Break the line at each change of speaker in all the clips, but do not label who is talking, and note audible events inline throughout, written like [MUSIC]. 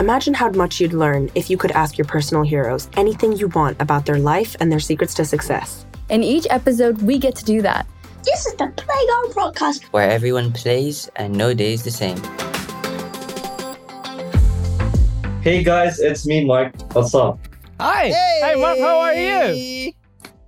Imagine how much you'd learn if you could ask your personal heroes anything you want about their life and their secrets to success.
In each episode, we get to do that.
This is the Playground Podcast.
where everyone plays and no day is the same.
Hey guys, it's me, Mike. What's up?
Hi. Hey, Mark, how are you?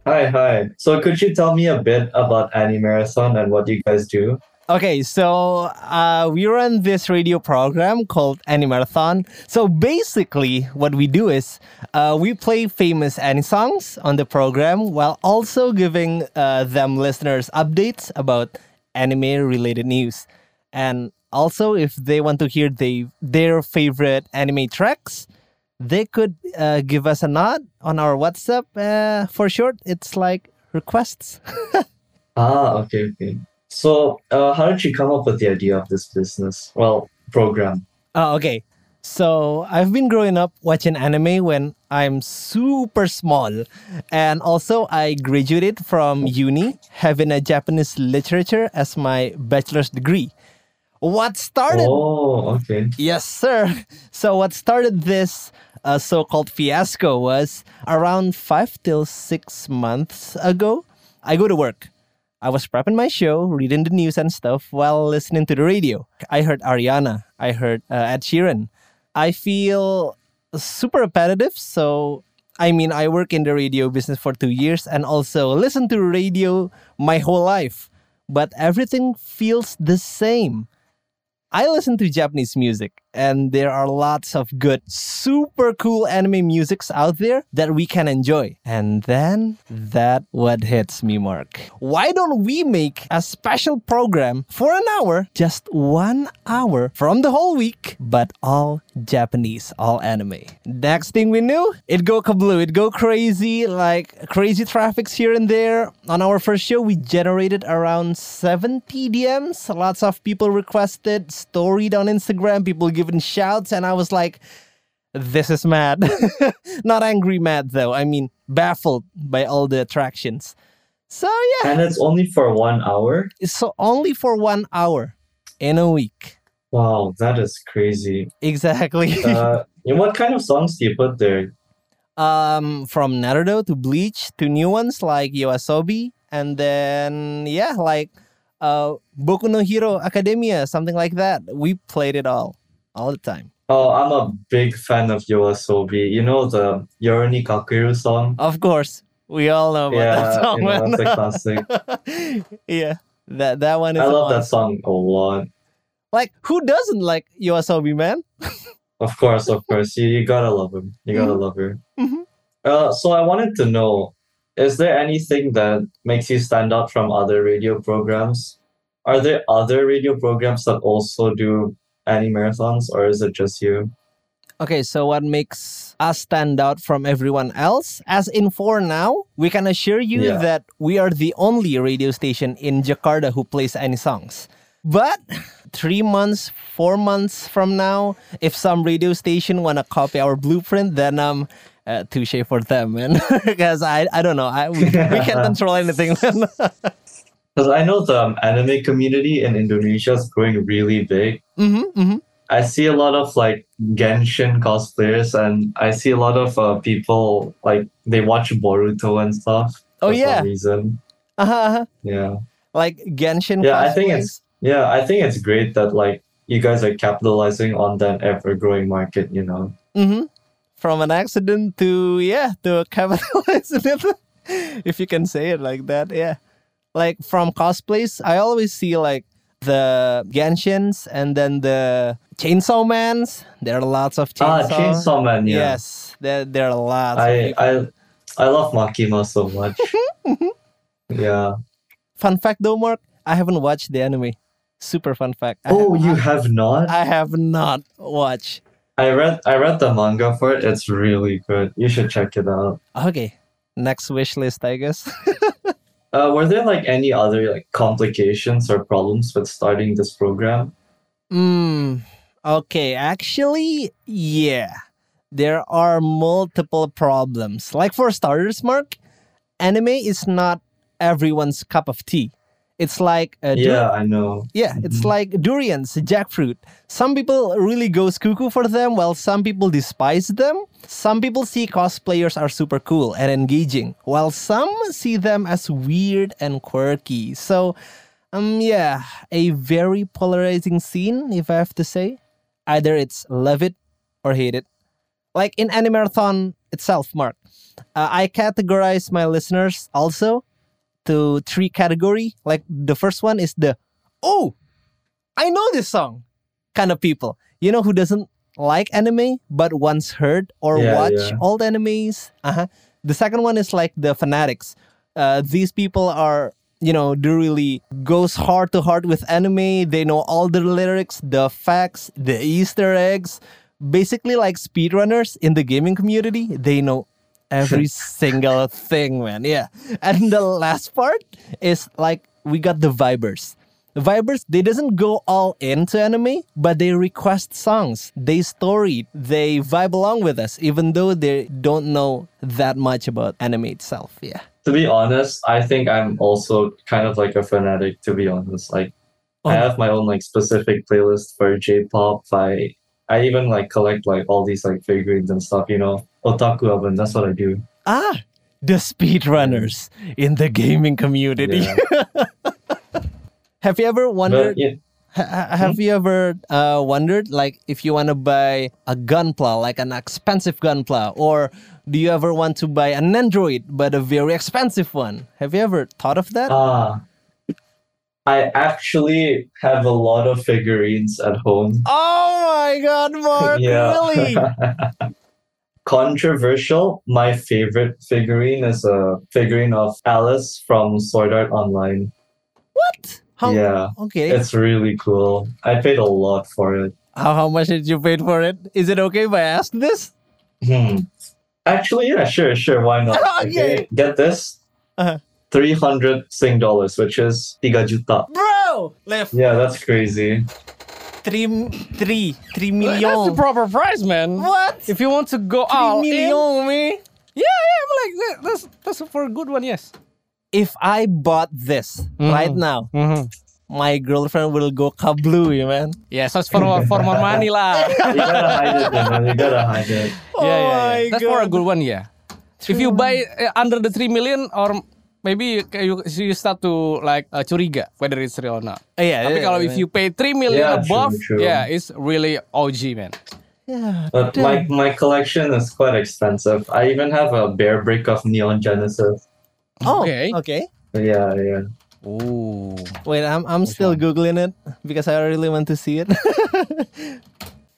Hi, hi. So, could you tell me a bit about Anime Marathon and what you guys do?
Okay, so uh, we run this radio program called Animarathon. So basically, what we do is uh, we play famous anime songs on the program while also giving uh, them listeners updates about anime related news. And also, if they want to hear they, their favorite anime tracks, they could uh, give us a nod on our WhatsApp. Uh, for short, it's like requests.
Ah, okay, okay. So, uh, how did you come up with the idea of this business? Well, program.
Oh, okay. So I've been growing up watching anime when I'm super small. And also, I graduated from uni having a Japanese literature as my bachelor's degree. What started
Oh, okay.
Yes, sir. [LAUGHS] So, what started this uh, so called fiasco was around five till six months ago. I go to work. I was prepping my show, reading the news and stuff while listening to the radio. I heard Ariana, I heard uh, Ed Sheeran. I feel super repetitive, so I mean, I work in the radio business for two years and also listen to radio my whole life, but everything feels the same. I listen to Japanese music, and there are lots of good, super cool anime musics out there that we can enjoy. And then that what hits me, Mark. Why don't we make a special program for an hour, just one hour from the whole week, but all Japanese, all anime. Next thing we knew, it go kabloo, it go crazy, like crazy traffics here and there. On our first show, we generated around 70 DMs. Lots of people requested, storied on Instagram, people giving shouts, and I was like, this is mad. [LAUGHS] Not angry mad though. I mean, baffled by all the attractions. So yeah,
And it's only for one hour?
so only for one hour in a week.
Wow, that is
[LAUGHS]
crazy.
Exactly.
Uh, and what kind of songs do you put there?
um from Naruto to Bleach to new ones like Yoasobi and then yeah like uh Boku no Hero Academia something like that we played it all all the time
Oh, I'm a big fan of Yoasobi. You know the Yoroni Kakuyu song?
of course we all know about
yeah,
Oh, that song
you know,
[LAUGHS]
that's a classic.
man. [LAUGHS] yeah that that one is
I
the
love
one.
that song a lot.
like who doesn't like Yoasobi man
Of course, of course. You, you gotta love him. You gotta love her.
Mhm.
Uh, so I wanted to know, is there anything that makes you stand out from other radio programs? Are there other radio programs that also do anime marathons, or is it just you?
Okay, so what makes us stand out from everyone else? As in for now, we can assure you
Yeah.
that we are the only radio station in Jakarta who plays any songs. But three months, four months from now, if some radio station wanna copy our blueprint, then um, uh, touche for them, man. [LAUGHS] Because I, I don't know, I we, we
[LAUGHS]
can't control anything. man. [LAUGHS]
Because I know the um, anime community in Indonesia is growing really big.
hmm hmm
I see a lot of like Genshin cosplayers, and I see a lot of uh, people like they watch Boruto and stuff.
Oh,
for some
yeah.
reason.
Uh-huh, uh-huh.
Yeah.
Like Genshin.
Yeah, I think it's
cosplays.
yeah, I think it's great that like you guys are capitalizing on that ever growing market, you know.
Mm-hmm. From an accident to yeah to a capital accident, [LAUGHS] if you can say it like that, yeah. Like from cosplays, I always see like the Genshins and then the Chainsaw Mans. There are lots of
Ah,
chainsaw.
Chainsaw Man, yeah.
Yes, there there are lots. of
I
people.
I I love Makima so
[LAUGHS]
much. yeah.
Fun fact though, Mark, I haven't watched the anime. Super fun fact. I
Oh,
have-
you have not?
I have not watched.
I read I read the manga for it. It's really good. You should check it out.
Okay, next wish list, I guess.
Uh, were there like any other like complications or problems with starting this program?
Mm, okay, actually, yeah. There are multiple problems. Like for starters, Mark, anime is not everyone's cup of tea. It's like uh, dur-
yeah, I know.
yeah, it's like durians, jackfruit. Some people really goes cuckoo for them, while some people despise them. Some people see cosplayers are super cool and engaging, while some see them as weird and quirky. So, um, yeah, a very polarizing scene, if I have to say. Either it's love it or hate it. Like in Animarathon itself, Mark, uh, I categorize my listeners also to three category. Like the first one is the oh, I know this song kind of people. You know who doesn't like anime but once heard or
Yeah,
watch
yeah.
old animes. Uh-huh. The second one is like the fanatics. Uh, these people are you know they really goes heart to heart with anime. They know all the lyrics, the facts, the Easter eggs. Basically, like speedrunners in the gaming community, they know every single thing, man. Yeah. And the last part is like we got the vibers. Vibers, they doesn't go all into anime, but they request songs, they story, they vibe along with us, even though they don't know that much about anime itself. Yeah.
To be honest, I think I'm also kind of like a fanatic. To be honest, like I have my own like specific playlist for J-pop. I I even like collect like all these like figurines and stuff. You know, otaku oven. That's what I do.
Ah, the speedrunners in the gaming community.
Yeah.
[LAUGHS] Have you ever wondered
But yeah,
Ha-
Mm-hmm.
ha- Have you ever uh, wondered, like, if you want to buy a gunpla, like an expensive gunpla, or do you ever want to buy an android but a very expensive one? Have you ever thought of that?
ah, I actually have a lot of figurines at home.
oh my God, Mark!
Yeah. [LAUGHS]
Really?
Controversial. My favorite figurine is a figurine of Alice from Sword Art Online.
what? How?
Yeah.
Okay.
It's really cool. I paid a lot for it.
How, how much did you pay for it? Is it okay if I ask this?
Hmm. Actually, yeah, sure, sure. Why not?
[LAUGHS] Okay.
Get this.
Uh-huh.
300 Sing dollars, which is 3 juta.
Bro, left
Yeah, that's crazy.
three, three, three
Like, That's the
million.
proper price, man.
What?
If you want to go all
Three million, me.
in, yeah, yeah, I'm like that, that's that's for a good one, yes.
If I bought this right now,
Mm-hmm.
my girlfriend will go kablooey, man.
Yeah, so it's for more for more money
[LAUGHS]
lah.
You gotta hide it, man. You gotta hide it.
yeah, yeah, yeah.
Oh my
that's for a good one, yeah. if you buy uh, under the three million or maybe you you, you start to like uh, curiga whether it's real or not.
Uh, yeah,
Tapi
yeah,
kalau
yeah,
if you pay three million
Yeah, true,
above,
true.
yeah, it's really OG man.
But my, my collection is quite expensive. I even have a bear brick of Neon Genesis.
Oh, okay.
Okay.
okay.
Yeah, yeah.
Ooh.
Wait, I'm I'm still googling it because I really want to see it. [LAUGHS]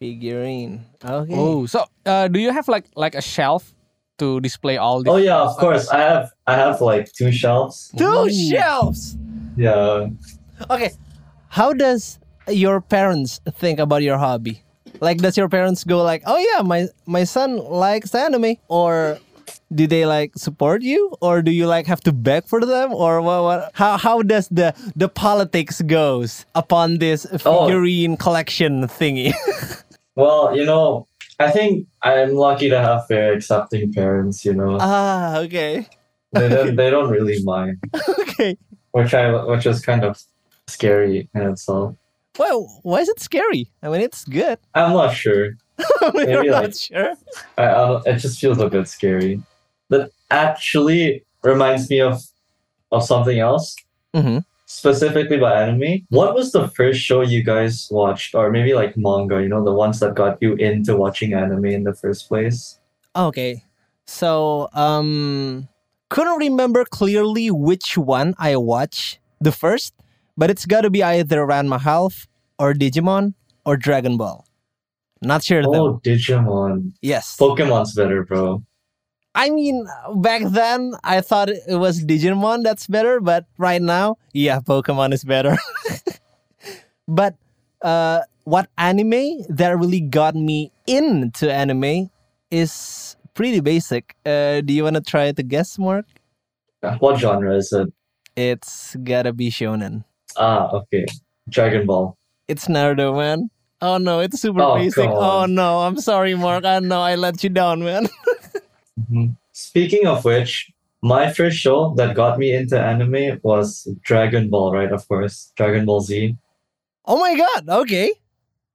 Figurine. Okay.
Oh, so uh, do you have like like a shelf to display all this?
Oh yeah, of course. I have I have like two shelves.
Two shelves.
Yeah.
Okay. How does your parents think about your hobby? Like, does your parents go like, "Oh yeah, my my son likes anime," or do they like support you, or do you like have to beg for them, or what? what how how does the the politics goes upon this
Oh.
figurine collection
[LAUGHS]
thingy?
Well, you know, I think I'm lucky to have very accepting parents, you know.
ah, okay,
They don't they don't really mind.
okay.
which I which is kind of scary in itself.
Well, why is it scary? I mean, it's good. [LAUGHS]
I'm not sure.
You're
Maybe like
not sure.
I, I don't- it just feels a bit scary. That actually reminds me of of something else
Mm-hmm.
specifically about anime. What was the first show you guys watched, or maybe like manga? You know, the ones that got you into watching anime in the first place.
Okay. So, um couldn't remember clearly which one I watched the first, but it's got to be either Ranma Half or Digimon or Dragon Ball. Not sure
Oh,
though.
Digimon.
Yes.
Pokemon's better, bro.
I mean, back then I thought it was Digimon that's better, but right now, yeah, Pokemon is better. [LAUGHS] but uh, what anime that really got me into anime is pretty basic. Uh, do you want to try to guess, Mark?
What genre is it?
It's gotta be shonen.
Ah, okay. Dragon Ball.
It's Naruto, man. Oh no, it's super
Oh,
basic.
come
Oh
on.
no, I'm sorry, Mark. I know I let you down, man.
Mhm. Speaking of which, My first show that got me into anime was Dragon Ball, right? Of course, Dragon Ball Z.
[LAUGHS] Oh my god, okay.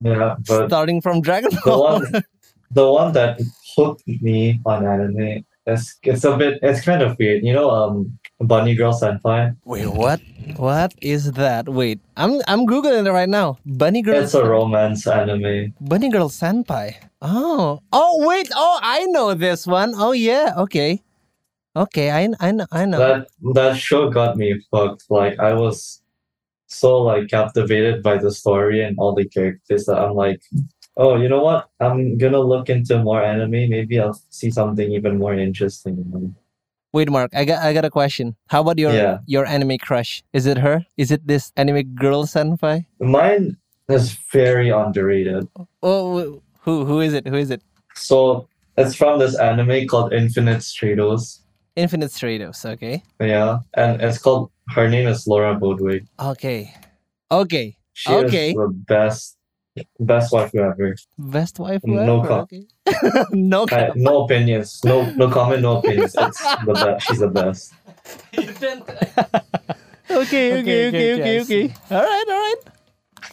Yeah, but
Starting from Dragon
the
Ball. [LAUGHS]
one, the one that hooked me on anime is it's a bit it's kind of weird. You know, um, Bunny Girl Senpai.
Wait, what? What is that? Wait, I'm I'm googling it right now. Bunny girl.
It's a romance anime.
Bunny girl senpai. Oh, oh wait. Oh, I know this one. Oh yeah. Okay, okay. I I know. I know.
That that show got me hooked. Like I was so like captivated by the story and all the characters that I'm like, oh, you know what? I'm gonna look into more anime. Maybe I'll see something even more interesting. you know?
Wait, Mark. I got I got a question. How about your
Yeah.
your anime crush? Is it her? Is it this anime girl senpai?
Mine is very underrated.
Oh, who who is it? Who is it?
So it's from this anime called Infinite Stratos.
Infinite Stratos. Okay.
Yeah, and it's called. Her name is Laura Bodwig.
Okay. Okay.
She
Okay.
is the best, best wife ever.
Best wife.
No
ever,
co-
okay. [LAUGHS] no. co-
I, Uh, no opinions. No, no comment. No opinions. It's the best. She's the best.
okay, okay, okay, okay, okay. All right, all right.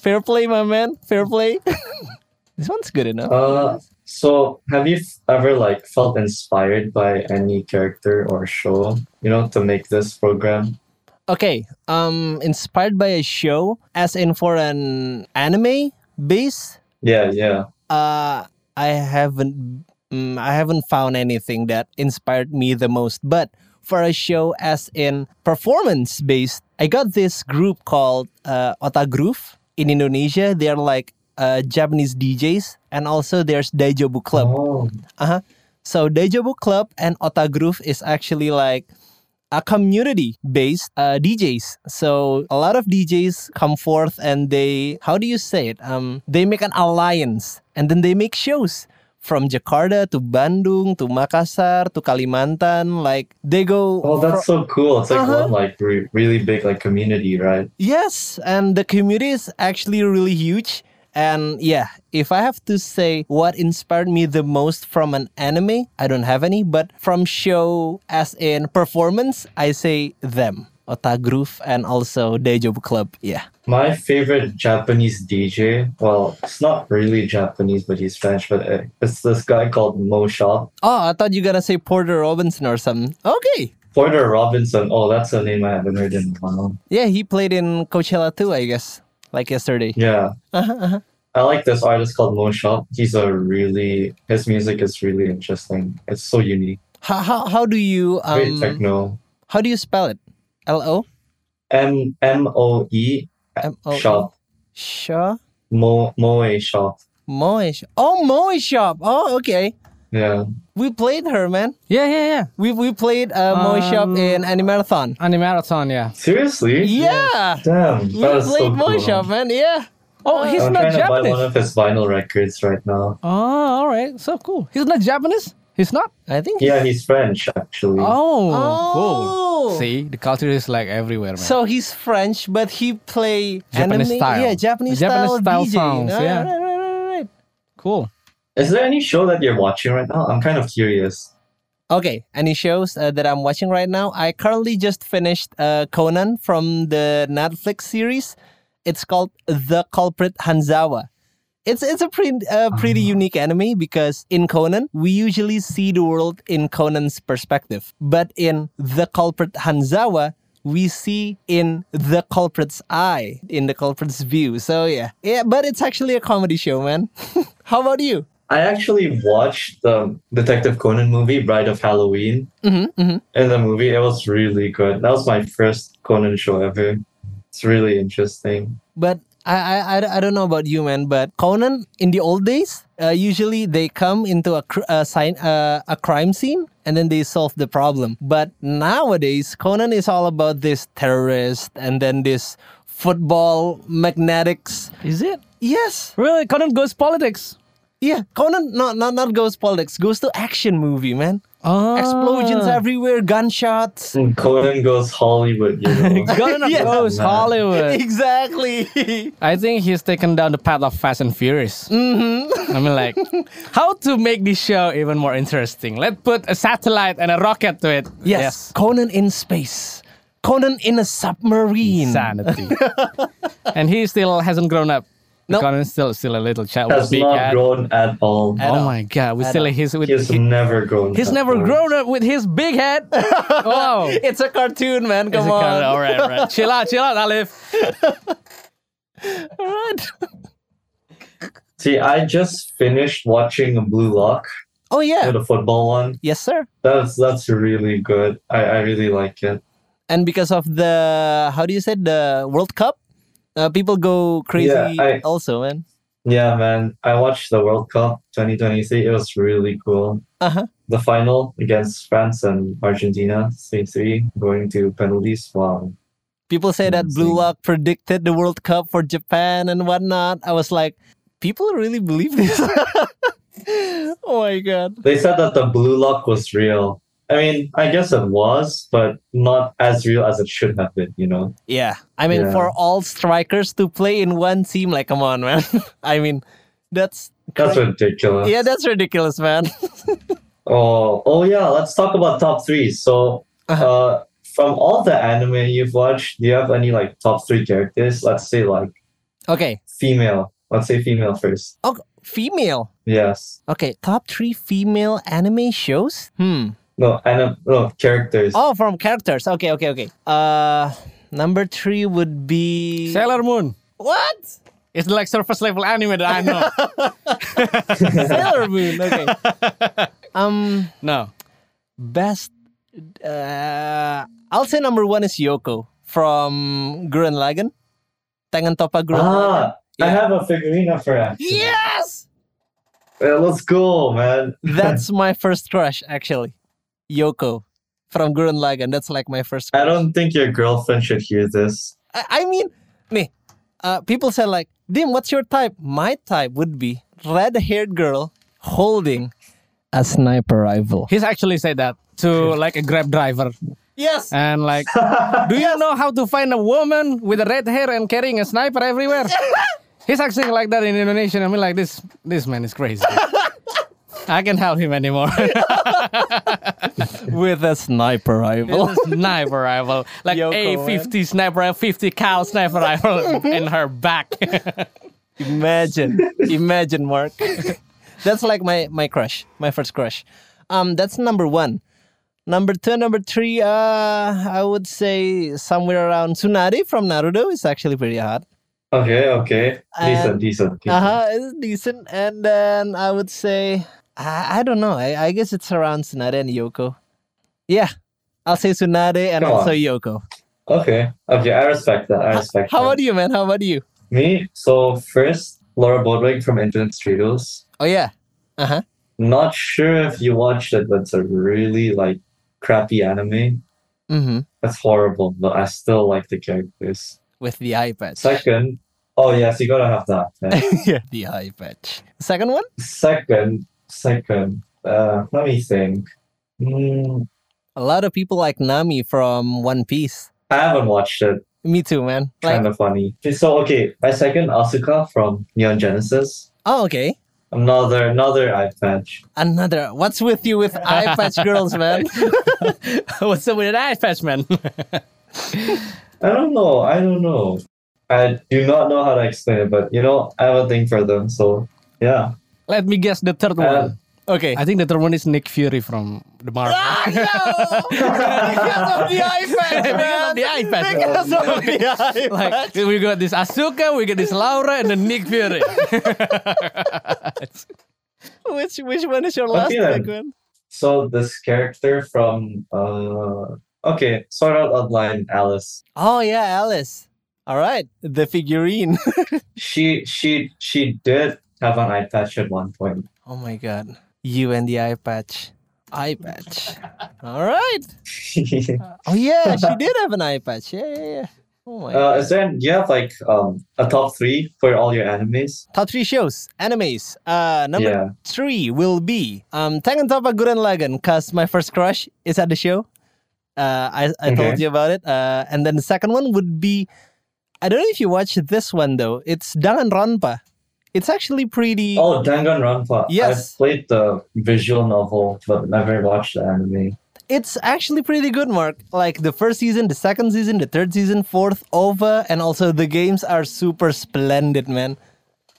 Fair play, my man. Fair play. [LAUGHS] this one's good enough.
Uh, so have you f- ever like felt inspired by any character or show, you know, to make this program?
okay, um, inspired by a show, as in for an anime base.
Yeah, yeah.
Uh, I haven't, mm, I haven't found anything that inspired me the most. But for a show, as in performance based, I got this group called uh, Otagroove in Indonesia. They're like uh, Japanese DJs, and also there's Daijobu Club.
Oh,
Uh-huh. So Deja Vu Club and Otagroove is actually like a community based uh, DJs. So a lot of DJs come forth and they how do you say it? Um they make an alliance and then they make shows from Jakarta to Bandung to Makassar to Kalimantan like they go
oh, that's so cool. It's like
Uh-huh.
one like re- really big like community, right?
Yes, and the community is actually really huge. And yeah, if I have to say what inspired me the most from an anime, I don't have any, but from show as in performance, I say them. Otagroove and also Dejobu Club. Yeah.
My favorite Japanese DJ, well, it's not really Japanese, but he's French, but uh, it's this guy called Mo Shop.
Oh, I thought you were gonna say Porter Robinson or something. Okay.
Porter Robinson. Oh, that's a name I haven't heard in a while.
Yeah, he played in Coachella too, I guess. Like yesterday.
Yeah.
Uh-huh,
I like this artist called Mo Shop. He's a really, his music is really interesting. It's so unique.
How, how, how do you
Great
um,
techno.
how do you spell it? L O
M M O E
M O E?
Shop.
Shaw
Mo Moe Shop.
Moe. Sh- Oh, Moe shop. Oh, okay.
Yeah.
We played her, man.
Yeah, yeah, yeah.
We we played uh, Moe shop
Um,
in Animarathon.
Animarathon, yeah.
Seriously?
Yeah.
Damn.
We
That
played
is so
Moe
cool.
shop, man. Yeah.
Oh, he's
I'm
not
trying to buy one
Japanese.
of his vinyl records right now.
Oh, all right. So cool. He's not Japanese. He's not.
I think.
Yeah, he's French actually.
Oh,
Oh.
cool. See, the culture is like everywhere, man.
So he's French, but he play
Japanese
anime-
style.
Yeah, Japanese,
Japanese
style,
style
DJ.
sounds,
Right,
yeah.
right, right, right, right.
cool.
Is there any show that you're watching right now? I'm kind of curious.
Okay, any shows uh, that I'm watching right now? I currently just finished uh, Conan from the Netflix series. It's called The Culprit Hanzawa. It's it's a pretty uh, pretty unique anime because in Conan we usually see the world in Conan's perspective, but in The Culprit Hanzawa we see in the culprit's eye, in the culprit's view. So yeah, yeah. But it's actually a comedy show, man. [LAUGHS] How about you?
I actually watched the Detective Conan movie, Bride of Halloween.
Mm-hmm, mm-hmm.
In the movie, it was really good. That was my first Conan show ever. It's really interesting.
But I, I, I, I don't know about you, man. But Conan in the old days, uh, usually they come into a cr- a, sign, uh, a crime scene and then they solve the problem. But nowadays, Conan is all about this terrorist and then this football magnetics.
Is it
Yes,
really Conan goes politics?
yeah. Conan, no, not not goes politics, goes to action movie, man. Oh.
Ah.
Explosions everywhere, gunshots.
And Conan goes Hollywood,
[LAUGHS]
you know.
Gonna
Yes.
goes
Man.
[LAUGHS]
Hollywood.
Exactly.
[LAUGHS] I think he's taken down the path of Fast and Furious. I mean, [LAUGHS] like, how to make this show even more interesting? Let's put a satellite and a rocket to it.
Yes. Conan in space. Conan in a submarine.
Insanity. [LAUGHS] and he still hasn't grown up.
Nope.
Conan's still still a little child. with
Has
big
not
head.
grown at all.
Oh
all.
my god, we still
all.
he's with
He has
he-
never grown.
he's
at
never
all.
grown up with his big
[LAUGHS]
head. Wow.
It's a cartoon, man. Come on.
All right, all right. chill out, chill out, Alif.
[LAUGHS] All right.
See, I just finished watching Blue Lock,
Oh yeah.
you know, the football one.
Yes, sir.
That's that's really good. I, I really like it.
And because of the how do you say the World Cup, uh, people go crazy
I-
also, man.
Yeah, man. I watched the World Cup 2023. It was really cool.
Uh-huh.
The final against France and Argentina, 3 3, going to penalties. Wow.
People say that
Amazing.
Blue Lock predicted the World Cup for Japan and whatnot. I was like, people really believe this. [LAUGHS] oh my god.
They said that the blue lock was real. I mean, I guess it was, but not as real as it should have been, you know?
Yeah. I mean,
Yeah.
for all strikers to play in one team, like, come on, man. [LAUGHS] I mean, that's
That's ridiculous.
yeah, that's ridiculous, man. [LAUGHS]
Oh, oh yeah. Let's talk about top three. So,
Uh-huh.
uh, from all the anime you've watched, do you have any like top three characters? Let's say like
okay, Oh,
female. Let's say female first.
female.
Yes.
Okay, top three female anime shows. Hmm.
No, anim- no characters.
Oh, from characters. Okay, okay, okay. Uh, number three would be
Sailor Moon. [LAUGHS]
What?
It's like surface level anime that I
[LAUGHS]
know.
Sailor Moon.
[LAUGHS]
Okay. um,
no.
best. Uh, I'll say number one is Yoko from Gurren Lagann. Tangan Topa Gurren Lagann.
ah, I
Yeah.
have a figurine of her. actually.
Yes,
Uh, let's go, man.
that's my first crush actually. Yoko from Gurren Lagann. That's like my first.
I
Crush.
don't think your girlfriend should hear this.
I, I mean, me. Uh, people say like, Dim, what's your type? My type would be red-haired girl holding a sniper rifle.
He's actually said that to like a grab driver
Yes.
and
[LAUGHS]
like do you know how to find a woman with a red hair and carrying a sniper
[LAUGHS]
everywhere? He's acting like that in Indonesian. I mean like this this man is
[LAUGHS]
crazy. I can't help him anymore.
with a sniper rifle.
It's
[LAUGHS]
a sniper rifle, like
Yoko,
A fifty sniper rifle, fifty cal sniper rifle
[LAUGHS]
in her back.
[LAUGHS] imagine, imagine, Mark. [LAUGHS] that's like my my crush, my first crush. Um, that's number one. Number two, number three. Uh, I would say somewhere around Tsunade from Naruto is actually pretty hot.
Okay, okay. Decent,
And-
decent. decent.
Uh huh, it's decent. And then I would say I, I don't know. I, I guess it's around Tsunade and Yoko. Yeah, I'll say Tsunade and
Come on.
also Yoko.
Okay, okay. I respect that. I respect
How
that.
about you, man? How about you?
Me? So, first, Laura Bodwig from Infinite Studios.
Oh yeah. Uh huh.
Not sure if you watched it, but it's a really like crappy anime.
Mm-hmm.
That's horrible, but I still like the characters.
With the eye patch.
Second, oh, yes, you gotta have that. man.
[LAUGHS] yeah. The eye patch. Second one?
second, second. Uh, let me think. Mm,
A lot of people like Nami from One Piece.
I haven't watched it.
Me too, man. Like,
Kind of funny. Okay, So okay, my second Asuka from Neon Genesis.
oh, okay.
Another another eye patch.
Another. What's with you with eye
[LAUGHS]
patch girls, man?
What's up with that, freshman?
I don't know. I don't know. I do not know how to explain it, but you know, I have a thing for them. So yeah.
[LAUGHS] Let me guess the third one.
Uh,
Okay. [LAUGHS]
I think the third one is Nick Fury from the Marvel.
Ah, no! because of the eye patch,
Because
man.
of the eye patch.
Because of the eye patch.
[LAUGHS] [LAUGHS] Like we got this Asuka, we got this Laura, and then
[LAUGHS]
Nick Fury. [LAUGHS]
Which which one is your last
Okay, then.
pick, man?
So this character from uh okay, sort out online Alice.
Oh yeah, Alice. All right, the figurine. [LAUGHS]
She she she did have an eye patch at one point. [LAUGHS]
oh my god, you and the eye patch. Eye
[LAUGHS]
Oh, patch. All right. Oh yeah, she did have an eye patch. Yeah, yeah, yeah. Oh my
Uh, is there? Do you have like um a top three for all your animes?
Top three shows, animes. Uh, number
Yeah.
three will be um Tangan Toppa Gurren Lagann, cause my first crush is at the show. Uh, I I told
Okay.
you about it. Uh, and then the second one would be, I don't know if you watched this one though. It's Danganronpa. It's actually pretty.
Oh, Danganronpa.
Yes.
I've played the visual novel but never watched the anime.
It's actually pretty good, Mark. Like the first season, the second season, the third season, fourth over, and also the games are super splendid, man.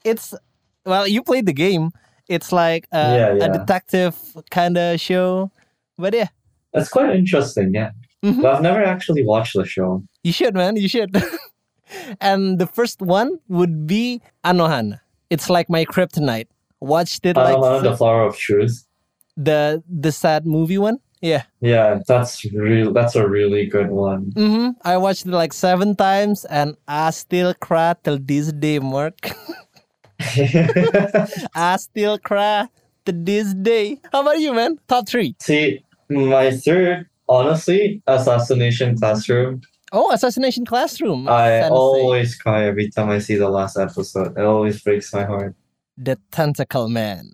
It's well, you played the game. It's like uh,
Yeah, yeah.
a detective kind of show, but yeah.
That's quite interesting, yeah.
Mhm.
But I've never actually watched the show.
You should, man. You should. [LAUGHS] and the first one would be Anohana. It's like my kryptonite. Watched it
I
like
love the
the,
Flower Um, of Truth.
the sad movie one. Yeah.
Yeah, that's real. That's a really good one. [LAUGHS]
hmm I watched it like seven times, and I still cry till this day, Mark. [LAUGHS] I still cry to this day. How about you, man? Top three.
See, my third, honestly, Assassination Classroom.
Oh, Assassination Classroom.
I
Sensei.
always cry every time I see the last episode. It always breaks my heart.
the Tentacle Man.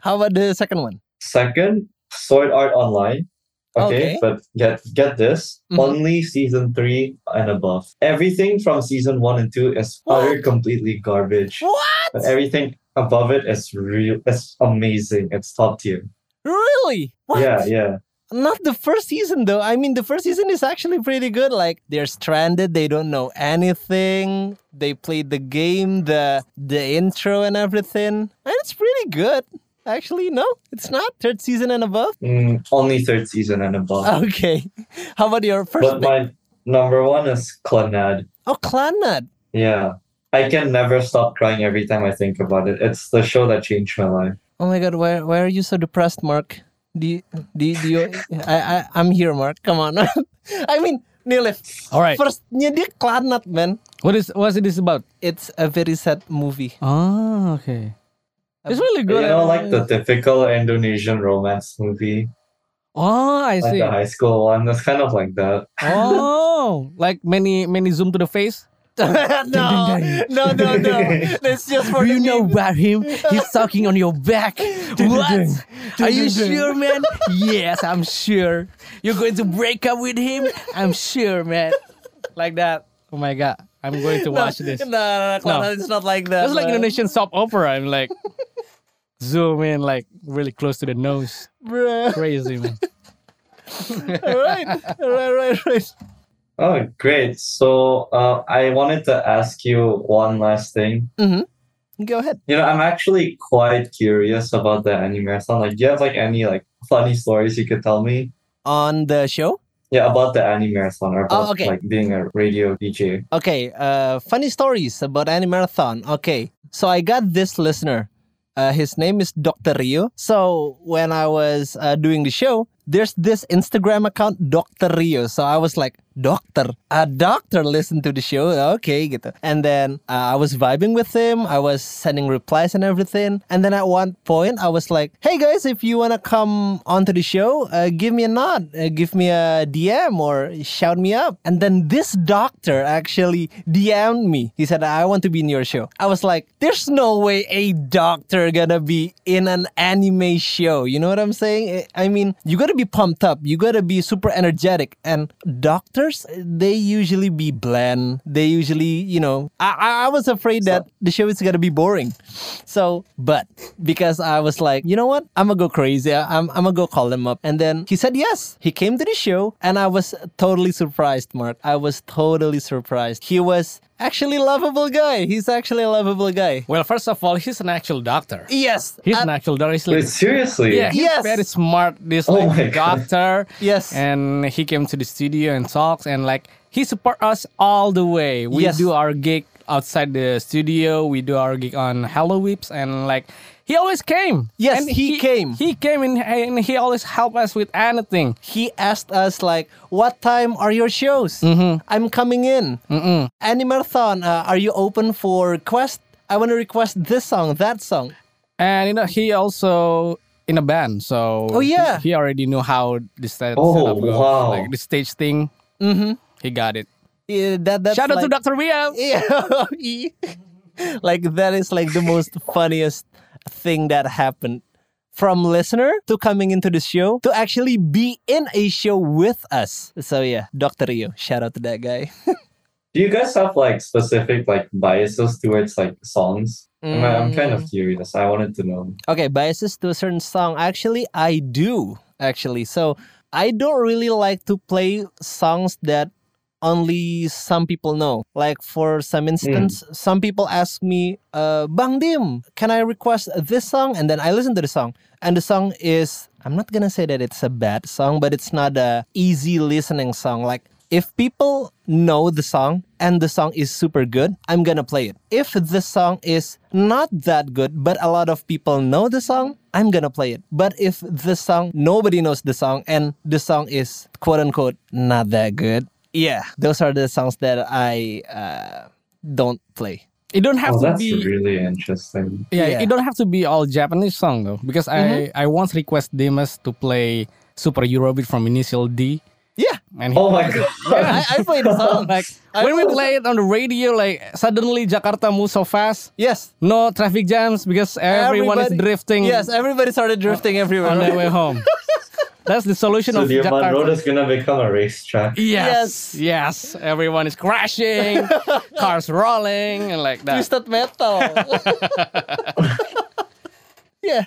How about the second one?
Second, Sword Art Online. Okay,
Okay.
but get get this.
Mhm.
Only season three and above. Everything from season one and two is
What?
utter completely garbage.
What?
But everything above it is real it's amazing. It's top tier.
Really? What?
Yeah, yeah.
Not the first season though. I mean, the first season is actually pretty good. Like they're stranded, they don't know anything. They played the game, the the intro and everything, and it's pretty good. Actually, no, it's not third season and above. [LAUGHS]
Mm, only third season and above.
Okay, how about your first?
but
pick?
my number one is Clannad.
oh, Clannad.
Yeah. I can never stop crying every time I think about it. It's the show that changed my life.
Oh my God, why why are you so depressed, Mark? Do you, do you, do you I, I I'm here, Mark. Come on. [LAUGHS] I mean, Nilif.
All right.
Firstnya dia Clannad, man.
What is what is this about?
It's a very sad movie.
Oh, okay. It's really
Uh, You
good.
know, like the typical Indonesian romance movie,
Oh, I
like
see.
the high school one. That's kind of like that.
Oh, like many many zoom to the face.
[LAUGHS] no,
dun.
no, no, [LAUGHS] no. That's just for the meme.
about him? He's talking on your
[LAUGHS]
back.
What?
Are
[LAUGHS]
you sure, man? yes, I'm sure. You're going to break up with him? I'm sure, man. Like that. Oh my god. I'm going to
No,
watch this.
No, no, no, Clara,
No.
it's not like that.
That's like
man.
Indonesian soap opera. I'm like zoom in like really close to the nose.
Bruh. [LAUGHS]
Crazy man.
All right, all right, right, right.
Oh, great. So uh, I wanted to ask you one last thing.
Go ahead.
You know, I'm actually quite curious about the anime marathon. Like, do you have like any like funny stories you could tell me?
On the show?
Yeah, about the anime marathon or about
Oh, okay.
like being a radio DJ.
Okay, uh, funny stories about anime marathon. Okay, so I got this listener. Uh, his name is Dr. Rio. So when I was uh, doing the show, there's this Instagram account, Dr. Rio. So I was like, Doctor, a doctor listened to the show. Okay, gitu. And then uh, I was vibing with him. I was sending replies and everything. And then at one point, I was like, hey guys, if you want to come onto the show, uh, give me a nod, uh, give me a DM or shout me up. And then this doctor actually DM'd me. He said, I want to be in your show. I was like, there's no way a doctor gonna be in an anime show. You know what I'm saying? I I mean, you gotta be pumped up. You gotta be super energetic. And doctors, they usually be bland. They usually, you know, I, I- I was afraid that the show is gonna be boring. So, but because I was like, you know what? I'm gonna go crazy. I- I'm, I'm gonna go call him up. And then he said yes. He came to the show and I was totally surprised, Mark. I was totally surprised. He was actually a lovable guy. He's actually a lovable guy.
Well, first of all, he's an actual doctor.
Yes. uh,
He's
I-
an actual doctor. He's like-
Wait, seriously?
Yeah, he's
Yes.
very smart. This
Oh my
like
God.
doctor.
Yes.
and he came to the studio and talks and like he support us all the way. We
Yes.
do our gig outside the studio. We do our gig on Hello Weeps and like he always came.
Yes,
and
he came.
He came and, and he always helped us with anything.
he asked us like what time are your shows
Mm-hmm.
i'm coming in mm animarathon uh, are you open for request i want to request this song that song
And you know he also in a band, so
Oh, yeah.
he, he already knew how this set,
Oh,
setup goes,
wow.
like the stage thing. Mm-hmm. He got it.
Yeah, that that's
Shout out to
like-
Dr. Ria.
[LAUGHS] Yeah. like that is like the most funniest thing that happened from listener to coming into the show to actually be in a show with us. So yeah, Dr. Rio, shout out to that guy.
Do you guys have like specific like biases towards like songs? I'm,
Mm.
I'm kind of curious. I wanted to know.
Okay, biases to a certain song. Actually, I do actually. So I don't really like to play songs that only some people know. Like for some instance, some people ask me, uh, "Bang Dim, can I request this song?" And then I listen to the song, and the song is. I'm not gonna say that it's a bad song, but it's not a easy listening song. Like if people know the song and the song is super good, I'm gonna play it. If the song is not that good, but a lot of people know the song, I'm gonna play it. But if the song, nobody knows the song, and the song is quote unquote not that good, yeah, those are the songs that I uh, don't play.
It don't have
Oh,
to
that's
be
really interesting.
yeah,
Yeah. Mm-hmm.
It don't have to be all Japanese song though, because I I once request Demas to play Super Eurobeat from Initial D,
[LAUGHS] Yeah,
and he [LAUGHS]
Oh my god.
I, I play the song.
like when we play it on the radio, like suddenly Jakarta moves so fast,
yes,
no traffic jams because everyone is
everybody-
drifting
Yes, everybody started drifting everywhere.
[LAUGHS] on their
[LAUGHS]
way home. That's the solution
So
of
Dioman Road
Jakarta.
is gonna become a racetrack.
Yes, yes, everyone is crashing,
[LAUGHS]
cars rolling, and like that.
Twisted metal.
[LAUGHS]
yeah.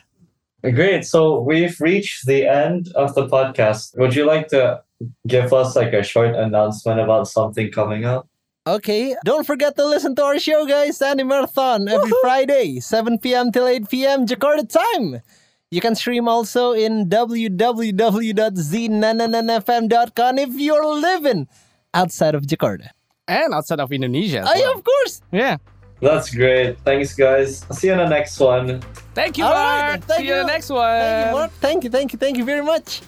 Great. So we've reached the end of the podcast. Would you like to give us like a short announcement about something coming up?
Okay, don't forget to listen to our show, guys. Anime Marathon every Friday, 7 p.m. till 8 p.m. Jakarta time. You can stream also in www.znnnfm.com if you're living outside of Jakarta.
And outside of Indonesia. as
Oh, yeah,
well.
of course.
Yeah.
That's great. Thanks, guys. See you in the next one.
Thank you,
All
Mark.
right, thank
See you in the
you.
next one.
Thank you, Mark. Thank you, thank you, thank you very much.